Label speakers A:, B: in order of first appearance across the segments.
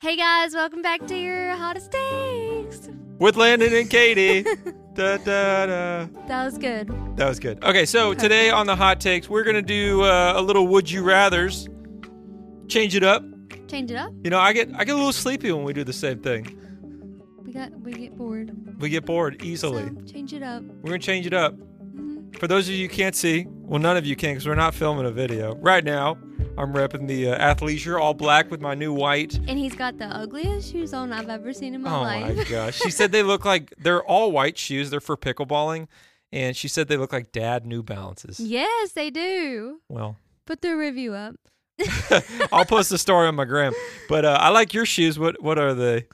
A: Hey guys, welcome back to your hottest takes.
B: with Landon and Katie. da, da, da.
A: That was good.
B: That was good. Okay, so today on the hot takes, we're gonna do uh, a little would you rather's. Change it up.
A: Change it up.
B: You know, I get I get a little sleepy when we do the same thing.
A: We got we get bored.
B: We get bored easily.
A: So change it up.
B: We're gonna change it up. For those of you who can't see, well, none of you can because we're not filming a video right now. I'm repping the uh, athleisure all black with my new white.
A: And he's got the ugliest shoes on I've ever seen in my
B: oh
A: life.
B: my gosh, she said they look like they're all white shoes. They're for pickleballing, and she said they look like dad New Balances.
A: yes, they do.
B: Well,
A: Put the review up.
B: I'll post the story on my gram. But uh, I like your shoes. What what are they?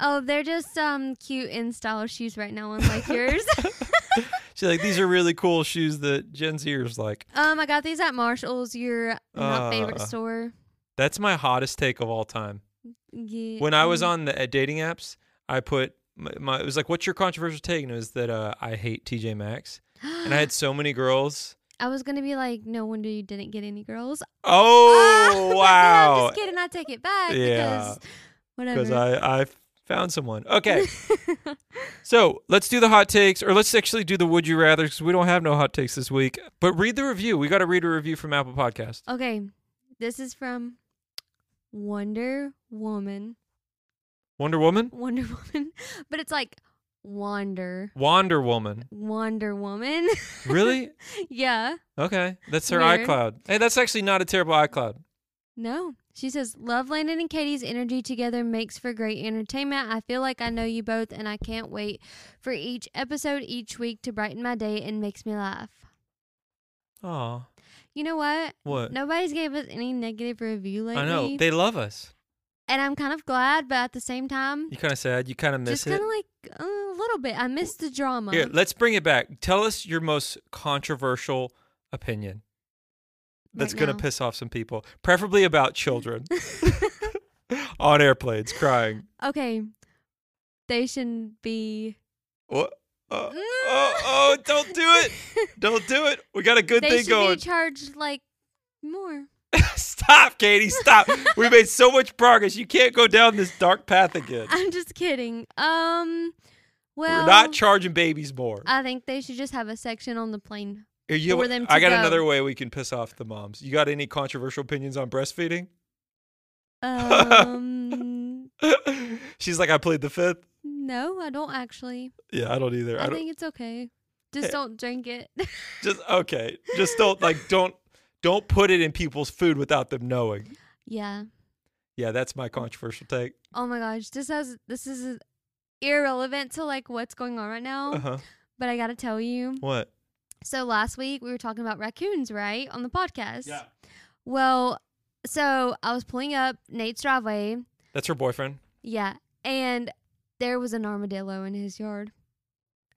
A: Oh, they're just um cute in style shoes right now, unlike yours.
B: She's like, these are really cool shoes that Gen Zers like.
A: Um, I got these at Marshalls, your my favorite
B: Uh,
A: store.
B: That's my hottest take of all time.
A: Yeah.
B: When I was on the uh, dating apps, I put my, my it was like, what's your controversial take? And it was that uh, I hate TJ Maxx. And I had so many girls.
A: um, I was gonna be like, no wonder you didn't get any girls.
B: Oh,
A: but then Ah, I'm
B: wow.
A: just kidding. I take it back.
B: Yeah.
A: Because whatever.
B: Because I, I found someone. Okay. So let's do the hot takes, or let's actually do the would you rather, because we don't have no hot takes this week. But read the review. We got to read a review from Apple Podcast.
A: Okay, this is from Wonder Woman.
B: Wonder Woman,
A: Wonder Woman, but it's like Wander.
B: Wonder Woman.
A: Wonder Woman.
B: Really?
A: yeah.
B: Okay, that's her
A: Weird.
B: iCloud. Hey, that's actually not a terrible iCloud.
A: No. She says, Love Landon and Katie's energy together makes for great entertainment. I feel like I know you both, and I can't wait for each episode each week to brighten my day and makes me laugh.
B: Oh,
A: You know what?
B: what?
A: Nobody's gave us any negative review lately.
B: I know they love us.
A: and I'm kind of glad, but at the same time,
B: You kind of sad. You kind of
A: just
B: miss
A: kind
B: it.
A: of like uh, a little bit. I miss the drama.
B: Here, let's bring it back. Tell us your most controversial opinion that's
A: right
B: gonna
A: now.
B: piss off some people, preferably about children on airplanes crying.
A: okay. They should be.
B: What? Uh, oh, oh, don't do it! Don't do it! We got a good
A: they
B: thing
A: should
B: going.
A: be charged like more.
B: stop, Katie. Stop. we made so much progress. You can't go down this dark path again.
A: I'm just kidding. Um, well,
B: We're not charging babies more.
A: I think they should just have a section on the plane.
B: Here, you-
A: for them to
B: I got
A: go.
B: another way we can piss off the moms. You got any controversial opinions on breastfeeding?
A: Um,
B: She's like, I played the fifth.
A: no, I don't actually.
B: Yeah, I don't either. I,
A: I,
B: don't
A: think it's okay. Just don't drink it.
B: just okay. Just don't like don't don't put it in people's food without them knowing.
A: yeah.
B: Yeah, that's my controversial take.
A: Oh my gosh, this has this is irrelevant to like what's going on right now.
B: Uh-huh.
A: But I gotta tell you.
B: What?
A: So last week we were talking about raccoons, right, on the podcast. Well, so I was pulling up Nate's driveway.
B: That's her boyfriend.
A: Yeah. And there was an armadillo in his yard.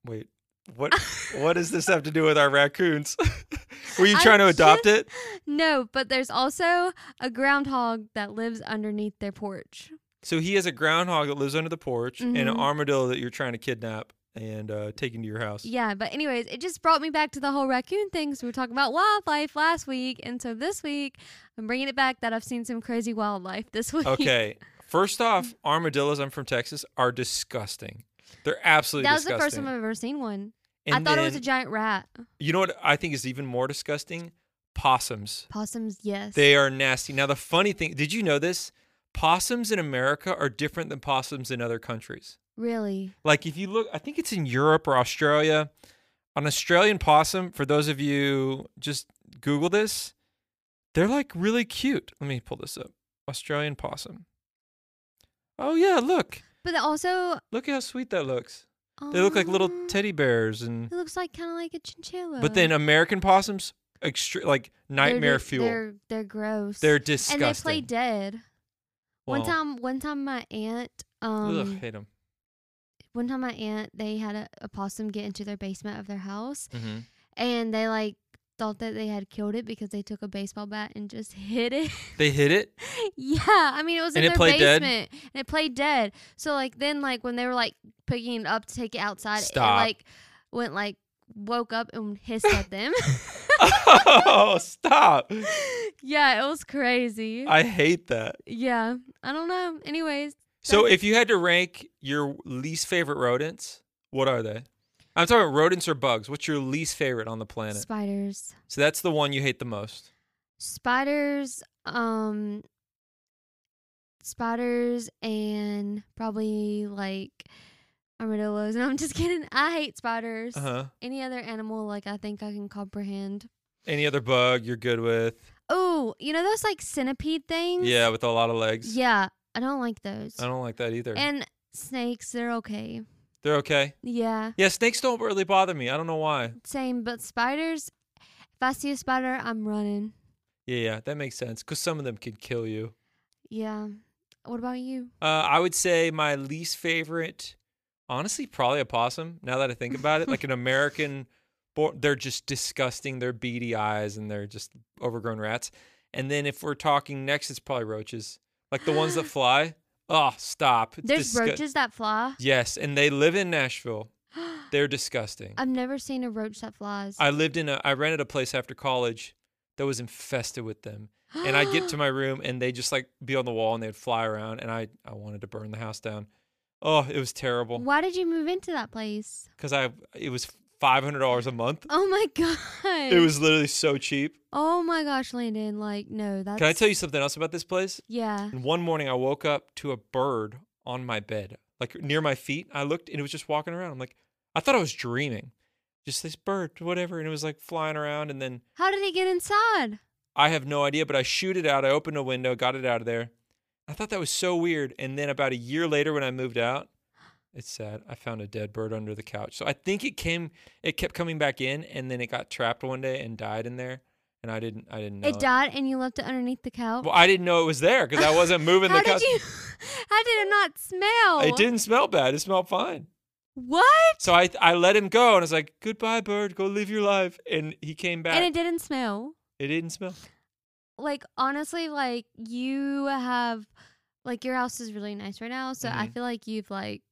B: Wait. What what does this have to do with our raccoons? Were you
A: I'm
B: trying to adopt it?
A: No, but there's also a groundhog that lives underneath their porch.
B: So he has a groundhog that lives under the porch and an
A: Mhm.
B: armadillo that you're trying to kidnap and uh, take into your house.
A: Yeah, but anyways, it just brought me back to the whole raccoon thing. So we were talking about wildlife last week, and so this week I'm bringing it back that I've seen some crazy wildlife this week.
B: Okay. First off, armadillos, I'm from Texas, are disgusting. They're absolutely
A: that was
B: disgusting.
A: the first time I've ever seen one. I
B: And
A: thought it was a
B: then-
A: giant rat.
B: You know what I think is even more disgusting? Possums.
A: Possums, yes.
B: They are nasty. Now, the funny thing, did you know this? Possums in America are different than possums in other countries.
A: really?
B: Like, if you look, I think it's in Europe or Australia. An Australian possum, for those of you just Google this, they're like really cute. Let me pull this up. Australian possum. Oh, yeah, look.
A: But they also,
B: Look how sweet that looks. They look like little
A: Aw.
B: teddy bears and
A: It looks like kind of like a chinchilla.
B: but then American possums extre- like
A: They're
B: nightmare
A: di-
B: fuel. They're,
A: They're they're gross.
B: disgusting.
A: and they play dead. One
B: Well,
A: time, one time my aunt, um,
B: ugh, hate them.
A: one time my aunt, they had a, a possum get into their basement of their house,
B: Mm-hmm.
A: and they like thought that they had killed it because they took a baseball bat and just hit it.
B: They hit it.
A: yeah, I mean it was in
B: And it
A: their
B: played dead?
A: basement, and it played dead. So like then like when they were like picking it up to take it outside,
B: Stop.
A: it like went like woke up and hissed at them.
B: oh, stop.
A: yeah, it was crazy.
B: I hate that.
A: yeah, I don't know. Anyways,
B: So, if you had to rank your least favorite rodents, what are they? I'm talking rodents or bugs. What's your least favorite on the planet?
A: spiders,
B: so, that's the one you hate the most.
A: spiders, um, spiders, and probably like armadillos. No, I'm just kidding. I hate spiders.
B: Uh huh.
A: Any other animal, like I think I can comprehend.
B: Any other bug you're good with?
A: Oh, you know those like centipede things?
B: Yeah, with a lot of legs.
A: Yeah, I don't like those.
B: I don't like that either.
A: And snakes, they're okay.
B: They're okay.
A: Yeah,
B: Yeah, snakes don't really bother me. I don't know why.
A: same. But spiders, if I see a spider, I'm running.
B: Yeah, yeah, that makes sense because some of them could kill you.
A: Yeah. What about you?
B: Uh, I would say my least favorite, honestly, probably a possum. Now that I think about it, like an American, bo- they're just disgusting. They're beady eyes and they're just overgrown rats. And then if we're talking next, it's probably roaches, like the ones that fly. Oh, stop! It's
A: There's
B: disgu-
A: roaches that fly.
B: Yes, and they live in Nashville. They're disgusting.
A: I've never seen a roach that flies.
B: I lived in a, I rented a place after college that was infested with them. and I'd get to my room and they just like be on the wall and they'd fly around and I I wanted to burn the house down. Oh, it was terrible
A: Why did you move into that place?
B: cuz I it was $500 a month.
A: Oh my god.
B: It was literally so cheap.
A: Oh my gosh, Landon. Like, no, that's.
B: Can I tell you something else about this place?
A: Yeah.
B: And one morning I woke up to a bird on my bed, like near my feet. I looked and it was just walking around. I'm like I thought I was dreaming. Just this bird, whatever, and it was like flying around and then
A: How did it get inside?
B: I have no idea, but I shoot it out. I opened a window, got it out of there. I thought that was so weird. And then about a year later, when I moved out, it's sad. I found a dead bird under the couch. So I think it came, it kept coming back in, and then it got trapped one day and died in there. And I didn't, I didn't know.
A: It died, and you left it underneath the couch.
B: Well, I didn't know it was there because I wasn't moving
A: How
B: the
A: did
B: couch.
A: you? How did it not smell?
B: It didn't smell bad. It smelled fine.
A: What?
B: So I, I let him go, and I was like, "Goodbye, bird. Go live your life." And he came back.
A: And it
B: it,
A: didn't smell.
B: didn't smell.
A: Like honestly, like you have, like your house is really nice right now. So I
B: Mhm.
A: feel like you've like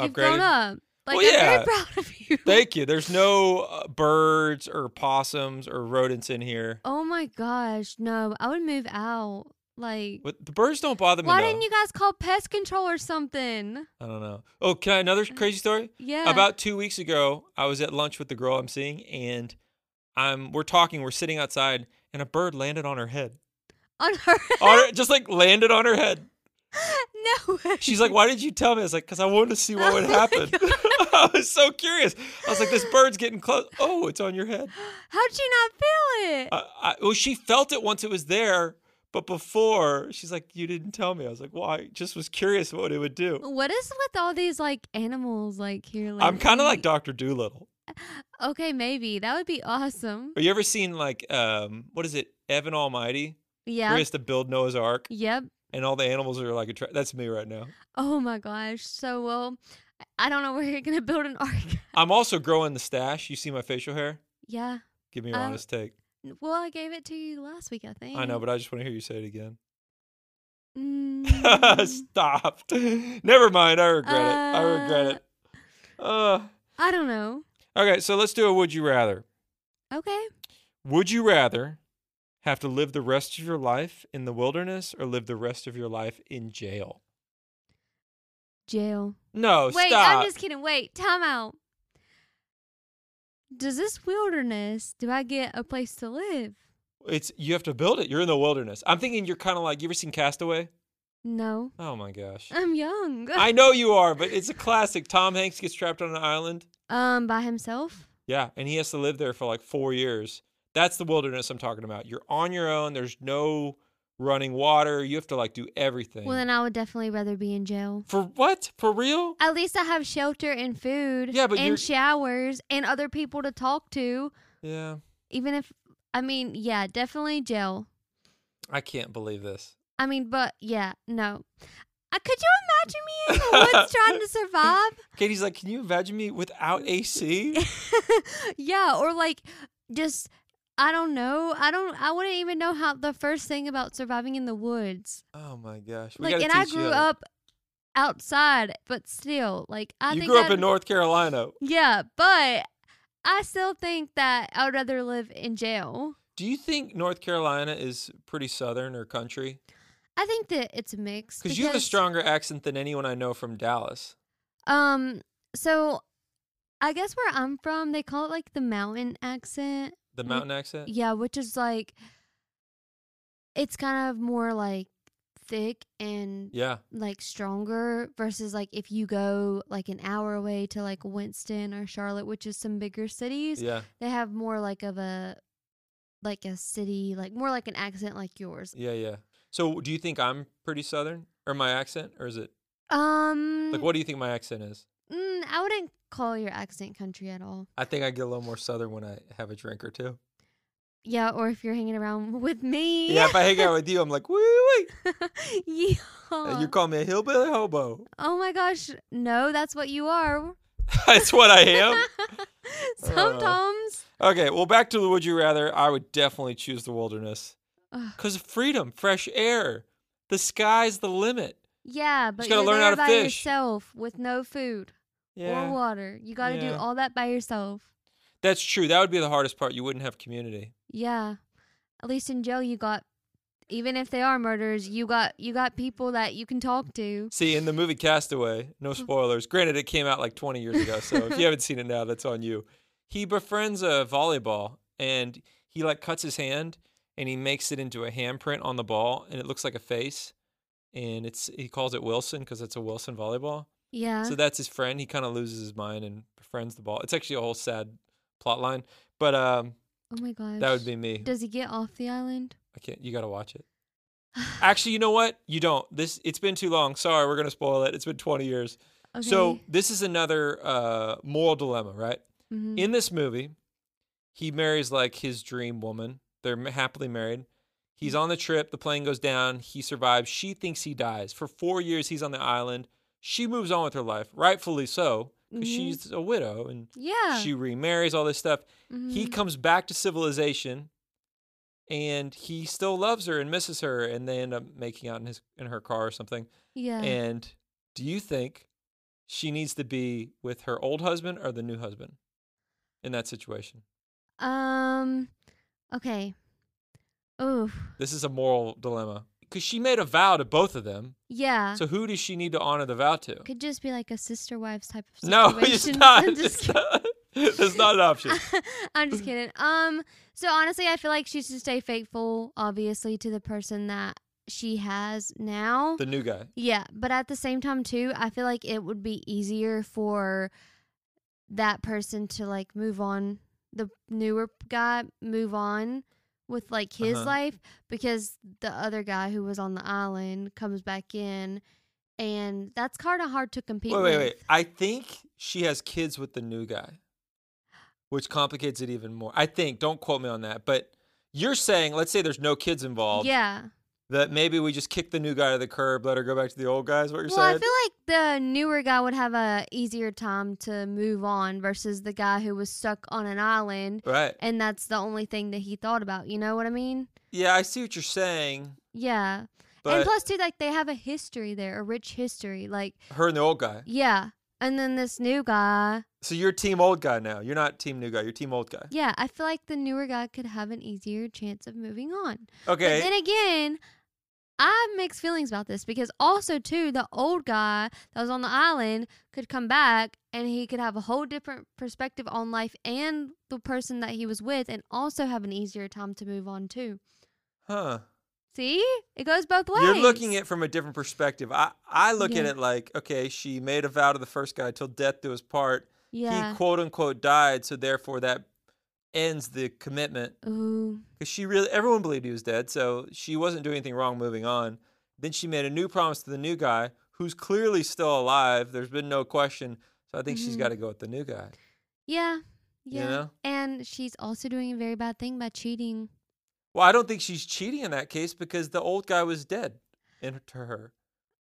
A: you've grown
B: Upgraded.
A: up. Like
B: Well,
A: I'm
B: yeah.
A: very proud of you.
B: Thank you. There's no uh, birds or possums or rodents in here.
A: oh my gosh, no! I would move out. Like,
B: But the birds don't bother me.
A: why
B: though.
A: didn't you guys call pest control or something?
B: I don't know. Oh, can I another crazy story?
A: Mm. Yeah.
B: About two weeks ago, I was at lunch with the girl I'm seeing, and I'm we're talking, we're sitting outside, and a bird landed on her head.
A: on her.
B: On her, just like landed on her head.
A: no way.
B: She's like, "Why did you tell me?" I was like, "Cause I wanted to see what would
A: Oh my
B: happen." I was so curious. I was like, "This bird's getting close." Oh, it's on your head.
A: How'd you not feel it?
B: I, I, well, she felt it once it was there, but before she's like, "You didn't tell me." I was like, "Well, I just was curious what it would do."
A: what is with all these like animals like here?
B: I'm kind of like
A: lately?
B: Doctor Doolittle.
A: Okay, maybe that would be awesome.
B: Have you ever seen like um what is it, Evan Almighty? Where
A: Yeah.
B: he has to build Noah's Ark
A: Yep.
B: and all the animals are like a tra- that's me right now.
A: Oh my gosh. So well, I don't know where you're gonna build an ark.
B: I'm also growing the stash. You see my facial hair?
A: yeah.
B: Give me your
A: Uh,
B: honest take.
A: Well, I gave it to you last week, I think.
B: I know, but I just want to hear you say it again.
A: Mm,
B: Stop. Never mind. I regret it. I regret
A: Uh,
B: it. Uh,
A: I don't know.
B: okay, so let's do a would you rather.
A: Okay.
B: Would you rather have to live the rest of your life in the wilderness or live the rest of your life in jail?
A: Jail.
B: No,
A: Wait,
B: Oh, stop.
A: I'm just kidding. Wait, time out. Does this wilderness? Do I get a place to live?
B: It's you have to build it. You're in the wilderness. I'm thinking you're kind of like you ever seen Castaway?
A: No.
B: Oh my gosh.
A: I'm young.
B: I know you are, but it's a classic. Tom Hanks gets trapped on an island.
A: um, by himself.
B: Yeah, and he has to live there for like 4 years. That's the wilderness I'm talking about. You're on your own. There's no running water. You have to like do everything.
A: Well, then I would definitely rather be in jail.
B: for what? For real?
A: At least I have shelter and food
B: Yeah, but you're-
A: and showers and other people to talk to.
B: Yeah.
A: Even if, I mean, yeah, definitely jail.
B: I can't believe this.
A: I mean, but yeah, no. Uh, could you imagine me in the woods trying to survive?
B: Katie's like, "Can you imagine me without AC?"
A: yeah, or like just, I don't know. I don't, I wouldn't even know how the first thing about surviving in the woods.
B: oh my gosh. We
A: Like,
B: gotta
A: and I
B: teach you
A: grew
B: how to-
A: up outside, but still, like, I
B: You
A: think
B: grew up
A: I'd-
B: in North Carolina.
A: Yeah, but I still think that I would rather live in jail.
B: Do you think North Carolina is pretty southern or country?
A: I think that it's a mix
B: Because you have a stronger accent than anyone I know from Dallas.
A: Um, so I guess where I'm from, they call it like the mountain accent.
B: The
A: Mm.
B: mountain accent?
A: Yeah, which is like it's kind of more like thick and
B: Yeah.
A: like stronger versus like if you go like an hour away to like Winston or Charlotte, which is some bigger cities,
B: Yeah.
A: they have more like of a like a city, like more like an accent like yours.
B: Yeah. Yeah. So do you think I'm pretty southern or my accent? Or is it
A: Um
B: like, what do you think my accent is?
A: mm, I wouldn't call your accent country at all.
B: I think I get a little more southern when I have a drink or two.
A: Yeah, or if you're hanging around with me.
B: Yeah. If I hang out with you, I'm like, wee, wee.
A: yeah.
B: and You call me a hillbilly hobo.
A: oh my gosh. No, that's what you are.
B: That's what I am.
A: Sometimes.
B: Okay, well, back to the would you rather. I would definitely choose the wilderness
A: Ugh.
B: because freedom, fresh air, the sky's the limit.
A: yeah, but
B: gotta
A: you're
B: learn
A: there
B: how to
A: by
B: fish.
A: yourself with no food or water. You got to do
B: Yeah.
A: all that by yourself.
B: that's true. That would be the hardest part. You wouldn't have community.
A: Yeah. At least in jail you got even if they are murderers, you got you got people that you can talk to.
B: See, in the movie Castaway, no spoilers. Granted, it came out like 20 years ago, so if you haven't seen it now, that's on you. He befriends a volleyball and he like cuts his hand and he makes it into a handprint on the ball and it looks like a face. And it's he calls it Wilson because it's a Wilson volleyball.
A: Yeah.
B: So that's his friend. He kind of loses his mind and befriends the ball. It's actually a whole sad plot line, but um,
A: oh my gosh.
B: that would be me.
A: Does he get off the island?
B: I can't. You gotta watch it. Actually, you know what? You don't. This it's been too long. Sorry, we're gonna spoil it. It's been 20 years.
A: Okay.
B: So this is another uh, moral dilemma, right?
A: Mhm.
B: In this movie, he marries like his dream woman. They're ma- happily married. He's
A: Mm-hmm.
B: on the trip. The plane goes down. He survives. She thinks he dies. For four years, he's on the island. She moves on with her life, rightfully so, because
A: Mhm.
B: she's a widow and
A: Mm-hmm. yeah.
B: she remarries all this stuff. He
A: Mhm.
B: comes back to civilization, and he still loves her and misses her, and they end up making out in his in her car or something.
A: Yeah.
B: And do you think she needs to be with her old husband or the new husband in that situation?
A: Um. Okay. Oof.
B: This is a moral dilemma because she made a vow to both of them.
A: Yeah.
B: So who does she need to honor the vow to?
A: Could just be like a sister wives type of
B: No,
A: situation.
B: it's not.
A: I'm just
B: It's not. That's not an option.
A: kidding. I'm just kidding. Um. So honestly, I feel like she should stay faithful, obviously, to the person that she has now.
B: The new guy.
A: yeah, but at the same time too, I feel like it would be easier for that person to like move on. The newer guy move on with like his
B: Uh-huh.
A: life because the other guy who was on the island comes back in, and that's kind of hard to compete.
B: Wait, wait,
A: with.
B: wait. I think she has kids with the new guy, which complicates it even more. I think. Don't quote me on that. But you're saying, let's say there's no kids involved,
A: Yeah.
B: that maybe we just kick the new guy to the curb, let her go back to the old guy. Is what you're
A: Well, I
B: saying?
A: feel like the newer guy would have a easier time to move on versus the guy who was stuck on an island,
B: Right.
A: and that's the only thing that he thought about. You know what I mean?
B: Yeah, I see what you're saying,
A: Yeah. and
B: but
A: plus, too, like they have a history there, a rich history. Like,
B: her and the old guy.
A: yeah. And then this new guy,
B: So you're team old guy now. You're not team new guy. You're team old guy.
A: yeah, I feel like the newer guy could have an easier chance of moving on. But
B: Okay.
A: then again, I have mixed feelings about this because also too the old guy that was on the island could come back and he could have a whole different perspective on life and the person that he was with and also have an easier time to move on too.
B: Huh.
A: See? It goes both ways.
B: You're looking at it from a different perspective. I I look at
A: Yeah.
B: it like, okay, she made a vow to the first guy till death do us part.
A: Yeah.
B: He quote unquote died, so therefore that ends the commitment.
A: Ooh.
B: Because she really everyone believed he was dead, so she wasn't doing anything wrong moving on. Then she made a new promise to the new guy, who's clearly still alive. There's been no question. So I think she's
A: Mhm.
B: gotta go with the new guy.
A: Yeah.
B: You
A: Yeah.
B: know?
A: And she's also doing a very bad thing by cheating.
B: Well, I don't think she's cheating in that case because the old guy was dead in to her.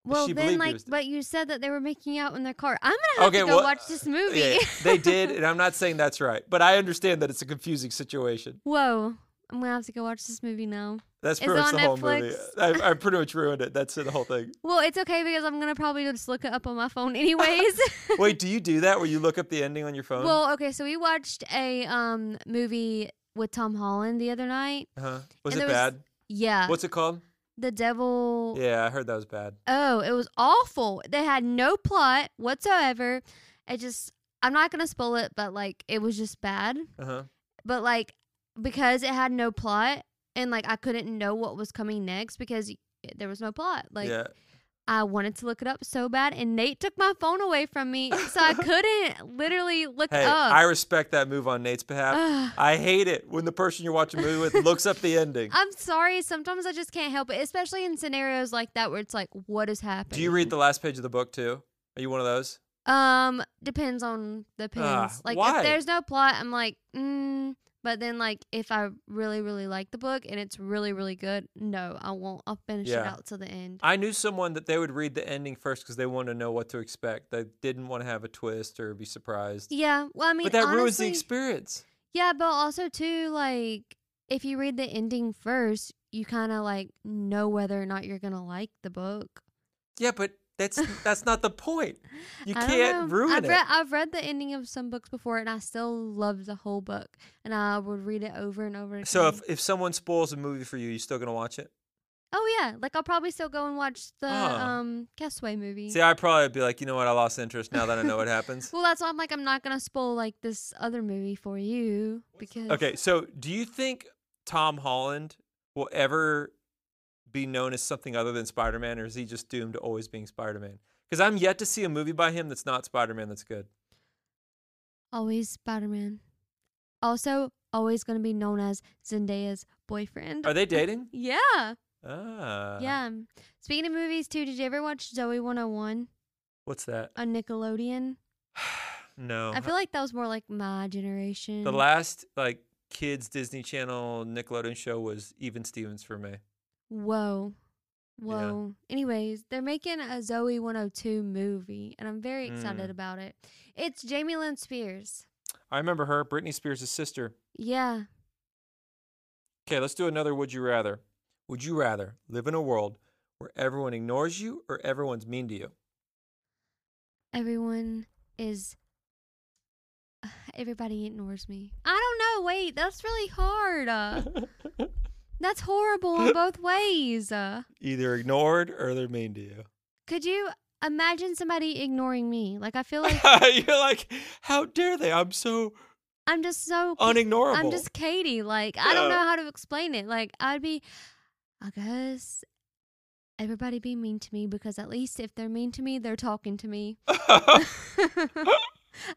A: Well,
B: she believed
A: then,
B: he
A: like,
B: was dead.
A: but you said that they were making out in their car. I'm gonna have
B: Okay,
A: to go
B: well,
A: watch this
B: Yeah,
A: movie.
B: yeah, they did, and I'm not saying that's right, but I understand that it's a confusing situation.
A: Whoa. I'm gonna have to go watch this movie now.
B: That's
A: Is
B: pretty
A: it
B: much
A: on
B: the whole movie.
A: Netflix?
B: I, I pretty much ruined it. That's it, the whole thing.
A: Well, it's okay because I'm gonna probably just look it up on my phone anyways.
B: Wait, do you do that where you look up the ending on your phone?
A: well, okay, so we watched a um movie with Tom Holland the other night.
B: uh-huh. Was
A: and there
B: it
A: was- uh,
B: bad?
A: Yeah,
B: What's it called?
A: the devil.
B: Yeah, I heard that was bad.
A: Oh, it was awful. They had no plot whatsoever. It just I'm not gonna spoil it, but like it was just bad.
B: Uh huh.
A: But like because it had no plot and like I couldn't know what was coming next because y- there was no plot. Like
B: yeah.
A: I wanted to look it up so bad, and Nate took my phone away from me, so I couldn't literally look
B: Hey, I
A: up.
B: respect that move on Nate's behalf.
A: Ugh.
B: I hate it when the person you're watching a movie with looks up the ending.
A: I'm sorry. Sometimes I just can't help it, especially in scenarios like that where it's like, what is happening?
B: Do you read the last page of the book too? Are you one of those?
A: Um, depends on the pins.
B: Ah,
A: like
B: why?
A: if there's no plot, I'm like, mm. But then like if I really really like the book and it's really really good, no, I won't. I'll finish it
B: Yeah.
A: out till the end.
B: I knew someone that they would read the ending first because they wanted to know what to expect. They didn't want to have a twist or be surprised.
A: Yeah. Well, I mean,
B: but that
A: honestly,
B: ruins the experience.
A: Yeah, but also too like if you read the ending first, you kind of like know whether or not you're gonna like the book.
B: Yeah, but that's that's not the point. You
A: I don't
B: can't
A: know.
B: ruin
A: I've
B: it.
A: Read, I've read the ending of some books before, and I still love the whole book, and I would read it over and over again.
B: so if, if someone spoils a movie for you, you still gonna watch it?
A: Oh yeah, like I'll probably still go and watch the
B: Oh.
A: um Castaway movie.
B: See, I'd probably be like, you know what, I lost interest now that I know what happens.
A: well, that's why I'm like I'm not gonna spoil like this other movie for you because
B: Okay, so do you think Tom Holland will ever be known as something other than Spider Man, or is he just doomed to always being Spider Man? Because I'm yet to see a movie by him that's not Spider Man that's good.
A: always Spider Man. Also, always gonna be known as Zendaya's boyfriend.
B: Are they dating?
A: yeah,
B: Ah.
A: yeah. Speaking of movies too, did you ever watch Zoe 101
B: What's that?
A: on Nickelodeon?
B: No.
A: I feel like that was more like my generation.
B: Uh-huh. the last like kids Disney Channel Nickelodeon show was Even Stevens for me.
A: Whoa. Whoa. Anyways, they're making a Zoe 102 movie, and I'm very excited
B: Mm.
A: about it. It's Jamie Lynn Spears.
B: I remember her, Britney Spears' sister.
A: Yeah.
B: Okay, let's do another Would You Rather. Would you rather live in a world where everyone ignores you or everyone's mean to you?
A: Everyone is. Everybody ignores me. I don't know. Wait, that's really hard. Uh, that's horrible in both ways. Uh,
B: Either ignored or they're mean to you.
A: could you imagine somebody ignoring me? Like, I feel like
B: You're like, how dare they? I'm so
A: I'm just so
B: unignorable.
A: I'm just Katie. Like, I don't know
B: Yeah.
A: how to explain it. Like, I'd be, I guess everybody be mean to me because at least if they're mean to me, they're talking to me.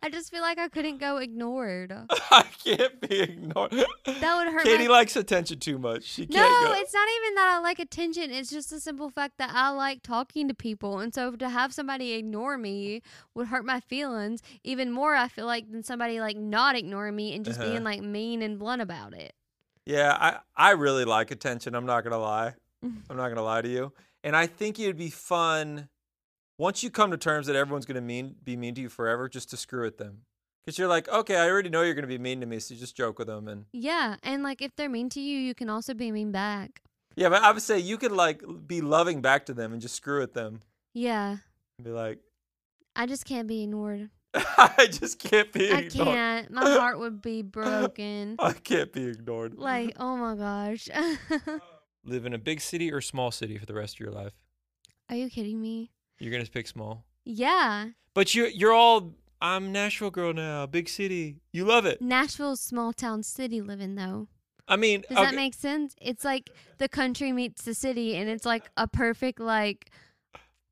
A: I just feel like I couldn't go ignored.
B: I can't be ignored.
A: That would hurt.
B: Katie
A: my-
B: likes attention too much. She
A: no,
B: can't go.
A: it's not even that I like attention. It's just the simple fact that I like talking to people. And so to have somebody ignore me would hurt my feelings even more, I feel like, than somebody like not ignoring me and just
B: Uh-huh.
A: being like mean and blunt about it.
B: Yeah, I, I really like attention. I'm not going to lie.
A: Mm-hmm.
B: I'm not going to lie to you. And I think it'd be fun once you come to terms that everyone's going to mean be mean to you forever just to screw with them. Because you're like, okay, I already know you're going to be mean to me, so just joke with them. And
A: Yeah, and like if they're mean to you, you can also be mean back.
B: yeah, but I would say you could like be loving back to them and just screw with them
A: Yeah,
B: and be like,
A: I just can't be ignored.
B: I just can't be
A: I
B: ignored.
A: can't. My heart would be broken.
B: I can't be ignored.
A: Like, oh my gosh. Are
B: Live in a big city or small city for the rest of your life.
A: you kidding me?
B: You're going to pick small.
A: Yeah.
B: But you you're all I'm Nashville girl now, big city. You love it.
A: Nashville's small town city living though.
B: I mean,
A: Does that make sense? It's like the country meets the city and it's like a perfect like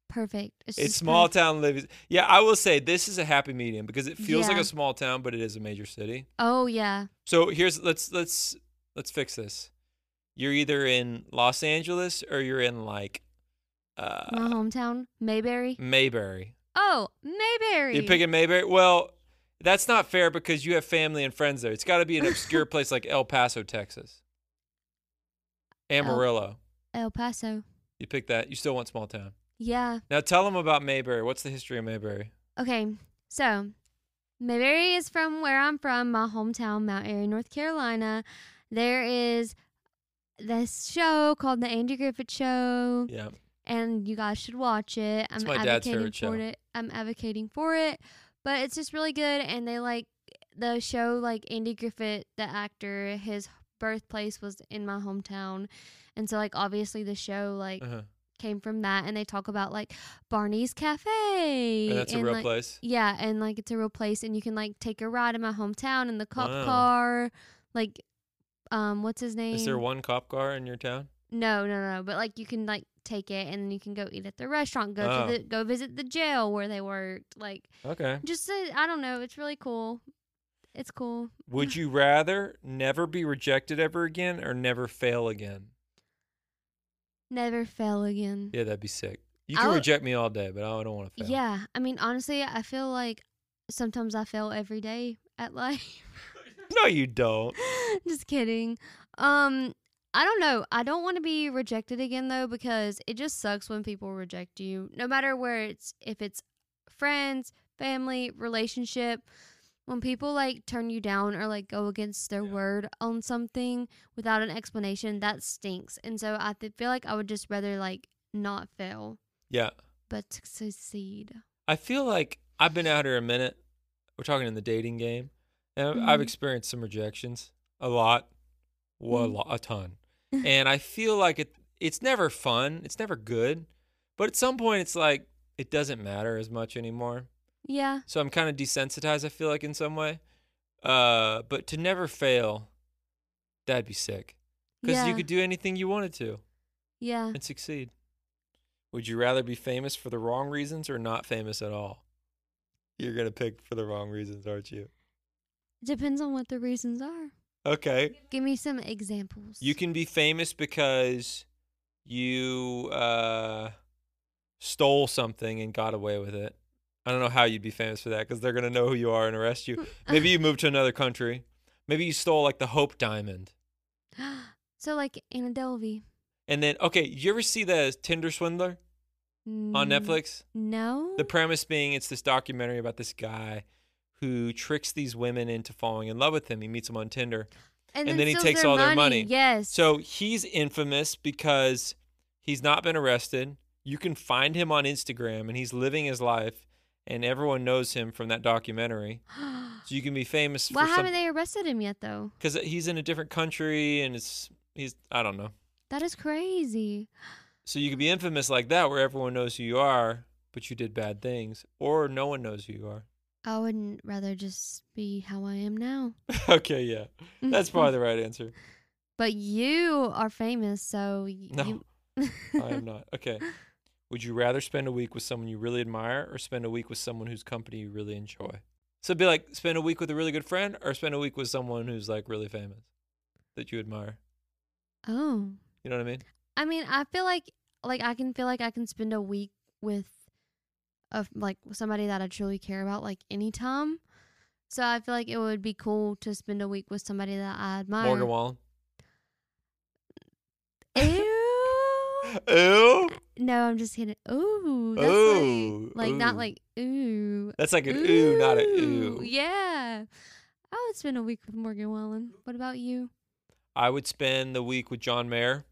A: perfect.
B: It's
A: just
B: small
A: perfect.
B: town living. Yeah, I will say this is a happy medium because it feels like
A: Yeah.
B: a small town, but it is a major city.
A: Oh yeah.
B: So here's let's let's let's fix this. You're either in Los Angeles or you're in like
A: My
B: uh,
A: hometown, Mayberry.
B: Mayberry.
A: Oh, Mayberry.
B: You're picking Mayberry. Well, that's not fair because you have family and friends there. It's got to be an obscure place like El Paso, Texas.
A: Oh.
B: Amarillo.
A: El Paso.
B: You pick that. You still want small town.
A: Yeah.
B: Now tell them about Mayberry. What's the history of Mayberry?
A: Okay, so Mayberry is from where I'm from, my hometown, Mount Airy, North Carolina. There is this show called The Andy Griffith Show,
B: Yeah.
A: and you guys should watch it. I'm
B: It's my dad's
A: advocating
B: favorite
A: for
B: show.
A: it. I'm advocating for it, but it's just really good. And they like the show, like Andy Griffith, the actor, his birthplace was in my hometown, and so like obviously the show like
B: Uh-huh.
A: came from that. And they talk about like Barney's Cafe.
B: And that's a real
A: like,
B: place.
A: yeah, and like it's a real place, and you can like take a ride in my hometown in the cop
B: Wow.
A: car. Like, um, what's his name?
B: Is there one cop car in your town?
A: No, no, no. But like you can like take it, and then you can go eat at the restaurant. Go
B: Oh.
A: to the go visit the jail where they worked. Like,
B: Okay.
A: just I I don't know. It's really cool. It's cool.
B: Would you rather never be rejected ever again or never fail again?
A: Never fail again.
B: Yeah, that'd be sick. You
A: I
B: can
A: would-
B: reject me all day, but I don't want to
A: Yeah.
B: fail.
A: I mean, honestly, I feel like sometimes I fail every day at life.
B: No, you don't.
A: just kidding. Um. I don't know. I don't want to be rejected again though because it just sucks when people reject you. No matter where it's if it's friends, family, relationship, when people like turn you down or like go against their
B: Yeah.
A: word on something without an explanation, that stinks. And so I th- feel like I would just rather like not fail
B: Yeah.
A: but to succeed.
B: I feel like I've been out here a minute. We're talking in the dating game, and I've- I've
A: Mhm.
B: experienced some rejections, a lot, well,
A: Mhm.
B: a, lot, a ton. and I feel like it. It's never fun. It's never good. But at some point, it's like it doesn't matter as much anymore.
A: Yeah.
B: So I'm kind of desensitized. I feel like in some way. Uh, but to never fail, that'd be sick. Because
A: Yeah. Mm.
B: you could do anything you wanted to
A: yeah.
B: and succeed. Would you rather be famous for the wrong reasons or not famous at all? You're gonna pick for the wrong reasons, aren't you?
A: Depends on what the reasons are.
B: Okay.
A: Give me some examples.
B: You can be famous because you uh, stole something and got away with it. I don't know how you'd be famous for that because they're gonna know who you are and arrest you. Maybe you moved to another country. Maybe you stole like the Hope Diamond.
A: so like Anna Delvey
B: And then, okay, you ever see the Tinder Swindler on
A: Mm.
B: Netflix?
A: No.
B: The premise being it's this documentary about this guy who tricks these women into falling in love with him. He meets them on Tinder. and then he
A: steals
B: takes all their money.
A: Yes.
B: So he's infamous because he's not been arrested. You can find him on Instagram and he's living his life and everyone knows him from that documentary. So you can be famous
A: Why
B: for
A: haven't
B: something
A: they arrested him yet though?
B: cuz he's in a different country and it's he's I don't know.
A: That is crazy.
B: So you could be infamous like that where everyone knows who you are, but you did bad things or no one knows who you are.
A: I wouldn't rather just be how I am now.
B: okay, yeah. That's probably the right answer.
A: But you are famous, so y-
B: No.
A: you
B: I am not. Okay. Would you rather spend a week with someone you really admire or spend a week with someone whose company you really enjoy? So it'd be like spend a week with a really good friend or spend a week with someone who's like really famous that you admire.
A: Oh.
B: You know what I mean?
A: I mean, I feel like like I can feel like I can spend a week with of like somebody that I truly care about like anytime. So I feel like it would be cool to spend a week with somebody that I admire.
B: Morgan Wallen.
A: Ew.
B: Ooh.
A: No, I'm just kidding. Ooh, that's
B: Ooh,
A: like, like not
B: ooh.
A: like ooh.
B: That's like an ooh, not an ooh.
A: Yeah, I would spend a week with Morgan Wallen. What about you?
B: I would spend the week with John Mayer.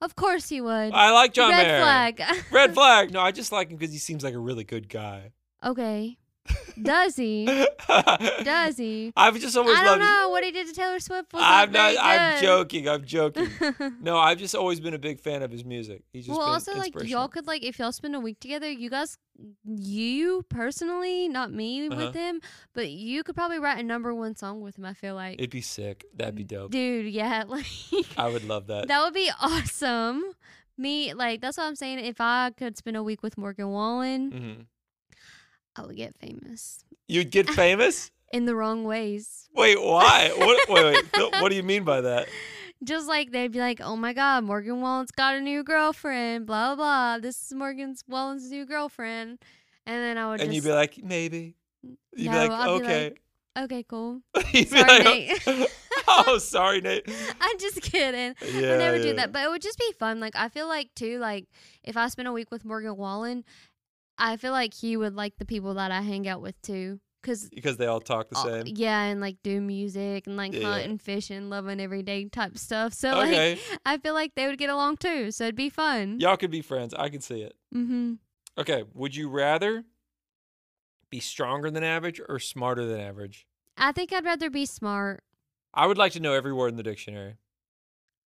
A: Of course he would.
B: I like John
A: Red
B: Mayer.
A: flag.
B: Red flag. No, I just like him because he seems like a really good guy.
A: okay. Does he?
B: Does
A: Does he?
B: I've just always
A: I don't
B: loved.
A: know what he did to Taylor Swift. Was
B: I'm
A: not.
B: not. I'm joking. I'm joking.
A: joking.
B: No, I've just always been a big fan of his music. He's just
A: well,
B: been
A: also like
B: inspirational.
A: y'all could like if y'all spend a week together, you guys, you personally, not me
B: Uh-huh.
A: with him, but you could probably write a number one song with him. I feel like,
B: It'd be sick. That'd be dope.
A: dude, yeah, like
B: I would love that.
A: Mm. that would be awesome. Me, like that's what I'm saying. If I could spend a week with Morgan Wallen,
B: hmm
A: I would get famous
B: You'd get famous.
A: in the wrong ways.
B: Wait, why? What? Wait, wait. Phil, What do you mean by that?
A: Just like they'd be like, "Oh my God, Morgan Wallen's got a new girlfriend." Blah blah. blah. This is Morgan Wallen's new girlfriend, and then I would
B: And
A: just
B: you'd be like, maybe. You'd
A: No,
B: be like,
A: I'd be
B: okay.
A: like- okay, cool.
B: You'd be
A: "Sorry,
B: like,
A: Nate."
B: oh, sorry, Nate.
A: I'm just kidding.
B: Yeah,
A: I never
B: yeah.
A: do that. But it would just be fun. Like I feel like too, like if I spent a week with Morgan Wallen, I feel like he would like the people that I hang out with too. because
B: because they all talk the
A: Oh,
B: same.
A: yeah, and like do music and like
B: Yeah, yeah.
A: hunt and fish and loving every day type stuff. So like
B: okay,
A: I feel like they would get along too. So it'd be fun.
B: y'all could be friends. I could see it.
A: Mm-hmm.
B: Okay, would you rather be stronger than average or smarter than average?
A: I think I'd rather be smart.
B: I would like to know every word in the dictionary.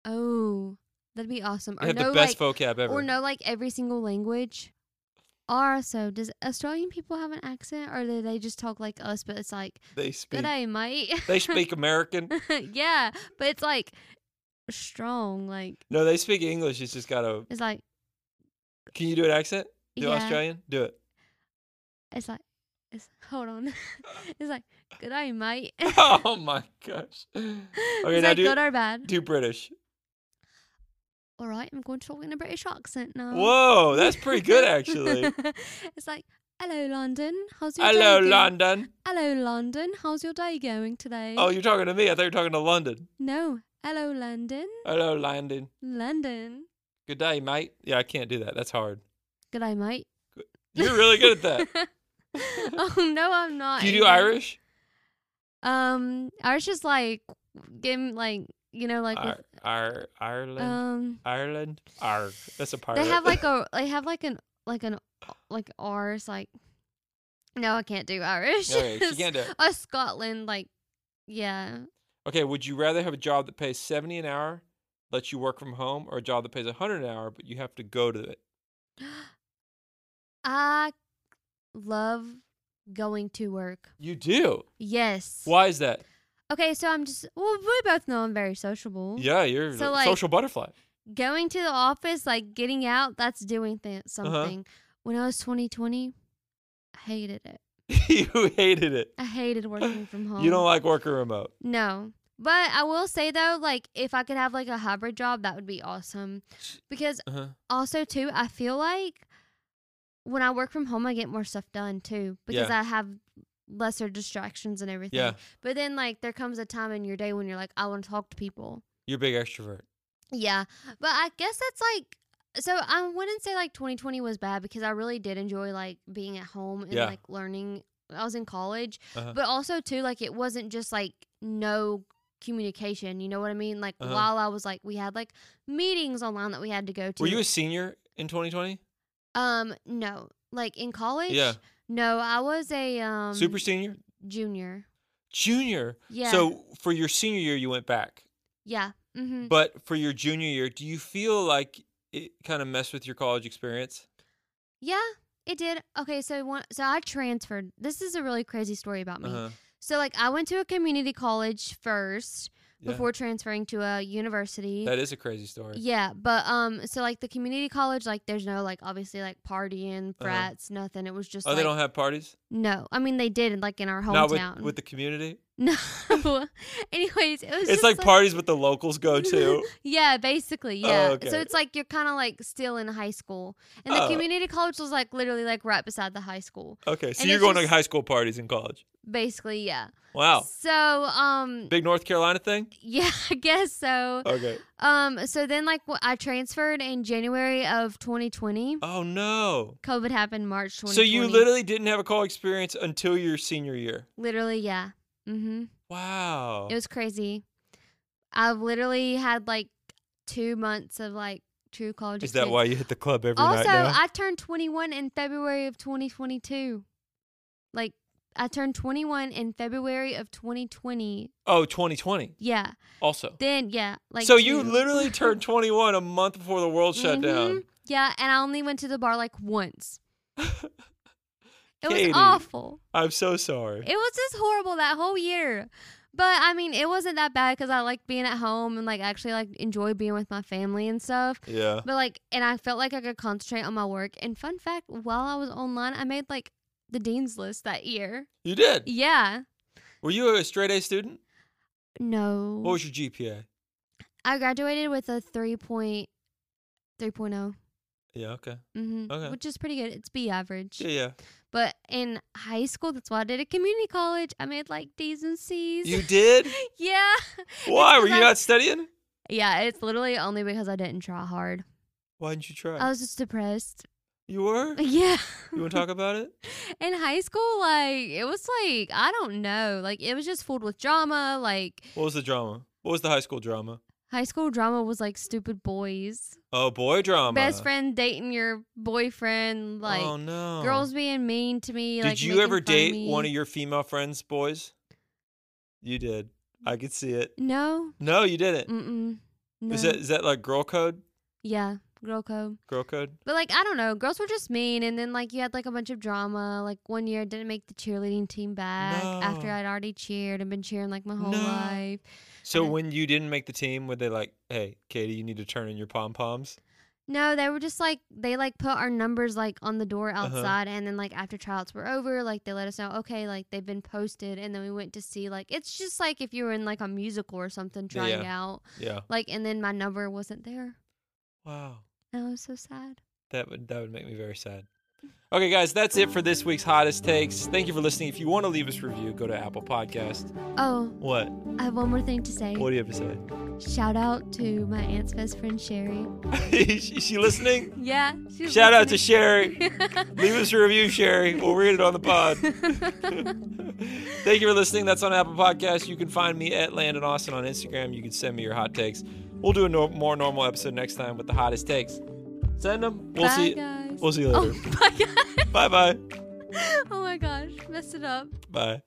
A: Oh, that'd be awesome.
B: I
A: Or
B: have
A: no
B: the best
A: like
B: vocab ever.
A: or know like every single language. Also, does Australian people have an accent, or do they just talk like us? But it's like,
B: They speak.
A: good day, mate.
B: They speak American.
A: yeah, but it's like strong. Like
B: No, they speak English. It's just got a.
A: it's like
B: Can you do an accent? Do
A: yeah.
B: Australian? Do it.
A: It's like it's hold on. it's like good day, mate.
B: oh my gosh. Okay,
A: it's
B: now
A: like
B: do
A: good or bad.
B: do British.
A: All right, I'm going to talk in a British accent now.
B: Whoa, that's pretty good actually.
A: it's like hello, London. How's your
B: Hello,
A: day? go-
B: London.
A: Hello, London. How's your day going today?
B: Oh, you're talking to me. I thought you were talking to London.
A: no. Hello, London.
B: Hello, London.
A: London.
B: Good day, mate. Yeah, I can't do that. That's hard.
A: Good day, mate.
B: You're really good at that.
A: oh no, I'm not.
B: Uh, Do you do
A: Aiden.
B: Irish?
A: Um, Irish is like game, like you know, like
B: Ar-
A: with,
B: Ar- Ireland.
A: um.
B: Ireland. Ar. That's a pirate.
A: They have like a they have like an like an like ours like no I can't do Irish.
B: Okay, Oh, she can't do it.
A: a Scotland like yeah
B: Okay, would you rather have a job that pays 70 an hour, lets you work from home, or a job that pays 100 an hour, but you have to go to it?
A: I love going to work.
B: You do.
A: Yes.
B: Why is that?
A: Okay, so I'm just well we both know I'm very sociable.
B: Yeah, you're
A: Mm-hmm. So,
B: a
A: like-
B: social butterfly.
A: Going to the office like getting out that's doing
B: Uh-huh.
A: th- something. When I was 20 20 I hated it.
B: you hated it.
A: I hated working from home.
B: You don't like working remote.
A: No. But I will say though, like if I could have like a hybrid job, that would be awesome. Because
B: Uh-huh.
A: also too, I feel like when I work from home, I get more stuff done too because I have lesser distractions and everything.
B: Yeah,
A: But then like there comes a time in your day when you're like, I want to talk to people.
B: you're a big extrovert.
A: Yeah. But I guess that's like so I wouldn't say like 2020 was bad because I really did enjoy like being at home and
B: Yeah.
A: like learning. I was in college,
B: Uh-huh.
A: but also too like it wasn't just like no communication, you know what I mean? Like
B: Uh-huh.
A: while I was like we had like meetings online that we had to go to.
B: Were you a senior in 2020?
A: um no, like in college?
B: Yeah.
A: No, I was a um
B: Super senior?
A: junior.
B: Junior.
A: Yeah. Mm-hmm.
B: So for your senior year, you went back.
A: yeah. Mhm.
B: But for your junior year, do you feel like it kind of messed with your college experience?
A: Yeah, it did. Okay, so one, so I transferred. This is a really crazy story about me.
B: Uh-huh.
A: So like I went to a community college first
B: Yeah.
A: before transferring to a university.
B: That is a crazy story.
A: yeah, but um so like the community college like there's no like obviously like partying, frats, nothing. It was just
B: Uh-huh. Oh,
A: like
B: they don't have parties?
A: no. I mean they did like in our
B: Not
A: hometown.
B: with, with the community?
A: no. Anyways, it was
B: It's
A: just
B: like, parties with the locals go to.
A: Yeah, basically, yeah. So
B: okay.
A: it's like you're kind of like still in high school, and the
B: Oh.
A: community college was like literally like right beside the high school,
B: Okay, so
A: And
B: you're
A: it's
B: going to
A: just-
B: high school parties in college.
A: basically, yeah.
B: Wow.
A: So, um,
B: Big North Carolina thing?
A: yeah, I guess so.
B: Okay.
A: Um, so then like wh- I transferred in January of 2020.
B: Oh, no.
A: COVID happened March 2020.
B: So you literally didn't have a college experience until your senior year.
A: literally, yeah. Mm-hmm.
B: Wow.
A: It was crazy. I've literally had like two months of like true college.
B: Is that
A: experience.
B: why you hit the club every night
A: Also,
B: now?
A: I turned 21 in February of 2022. Like, I turned 21 in February of 2020.
B: oh, 2020
A: Yeah.
B: also.
A: Then, yeah. Like,
B: so you
A: two.
B: literally turned 21 a month before the world shut down.
A: Mhm. Yeah, and I only went to the bar like once. It
B: Katie.
A: was awful.
B: I'm so sorry.
A: It was just horrible that whole year. But I mean, it wasn't that bad because I liked being at home and like actually like enjoy being with my family and stuff.
B: yeah.
A: But like, and I felt like I could concentrate on my work. And fun fact, while I was online, I made like the dean's list that year.
B: You did.
A: Yeah.
B: Were you a straight A student?
A: No.
B: What was your GPA?
A: I graduated with a 3 point 3.0.
B: Yeah, okay.
A: Mm-hmm.
B: Okay.
A: Which is pretty good. It's B average.
B: Yeah, yeah.
A: But in high school, that's why I did a community college. I made like D's and C's.
B: You did?
A: yeah.
B: Why? Were
A: 'cause
B: you
A: I-
B: not studying?
A: Yeah, it's literally only because I didn't try hard.
B: Why didn't you try?
A: I was just depressed.
B: You were?
A: Yeah.
B: You want to talk about it?
A: in high school, like it was like I don't know, like it was just filled with drama. Like
B: What was the drama? What was the high school drama?
A: high school drama was like stupid boys,
B: Oh, boy drama.
A: best friend dating your boyfriend, like
B: oh no.
A: girls being mean to me.
B: Did
A: like,
B: you
A: making
B: ever
A: fun of
B: date
A: me.
B: one of your female friends' boys? You did. I could see it.
A: No.
B: No, you didn't.
A: Mm-mm. Mm. No.
B: Is that is that like girl code?
A: yeah, girl code.
B: Girl code?
A: But like I don't know, girls were just mean, and then like you had like a bunch of drama. Like one year, I didn't make the cheerleading team back after
B: No.
A: I'd already cheered and been cheering like my whole
B: No.
A: life.
B: So
A: Yeah.
B: when you didn't make the team, were they like, "Hey, Katie, you need to turn in your pom poms"?
A: No, they were just like they like put our numbers like on the door
B: Uh-huh.
A: outside, and then like after tryouts were over, like they let us know okay, like they've been posted, and then we went to see like it's just like if you were in like a musical or something trying out,
B: Yeah.
A: like and then my number wasn't there,
B: Wow.
A: and I was so sad.
B: That would that would make me very sad. Okay, guys, that's it for this week's hottest takes. Thank you for listening. If you want to leave us a review, go to Apple Podcast.
A: Oh,
B: What?
A: I have one more thing to say.
B: What do you have to say?
A: Shout out to my aunt's best friend Sherry.
B: is she- is she listening?
A: Yeah, she's
B: Shout out to
A: listening.
B: Sherry. Leave us a review, Sherry. We'll read it on the pod. Thank you for listening. That's on Apple Podcasts. You can find me at Landon Austin on Instagram. You can send me your hot takes. We'll do a nor- more normal episode next time with the hottest takes. Send them. We'll
A: bye,
B: see.
A: Guys.
B: We'll see you
A: oh
B: later.
A: my god!
B: Bye bye.
A: Oh my gosh, messed it up.
B: Bye.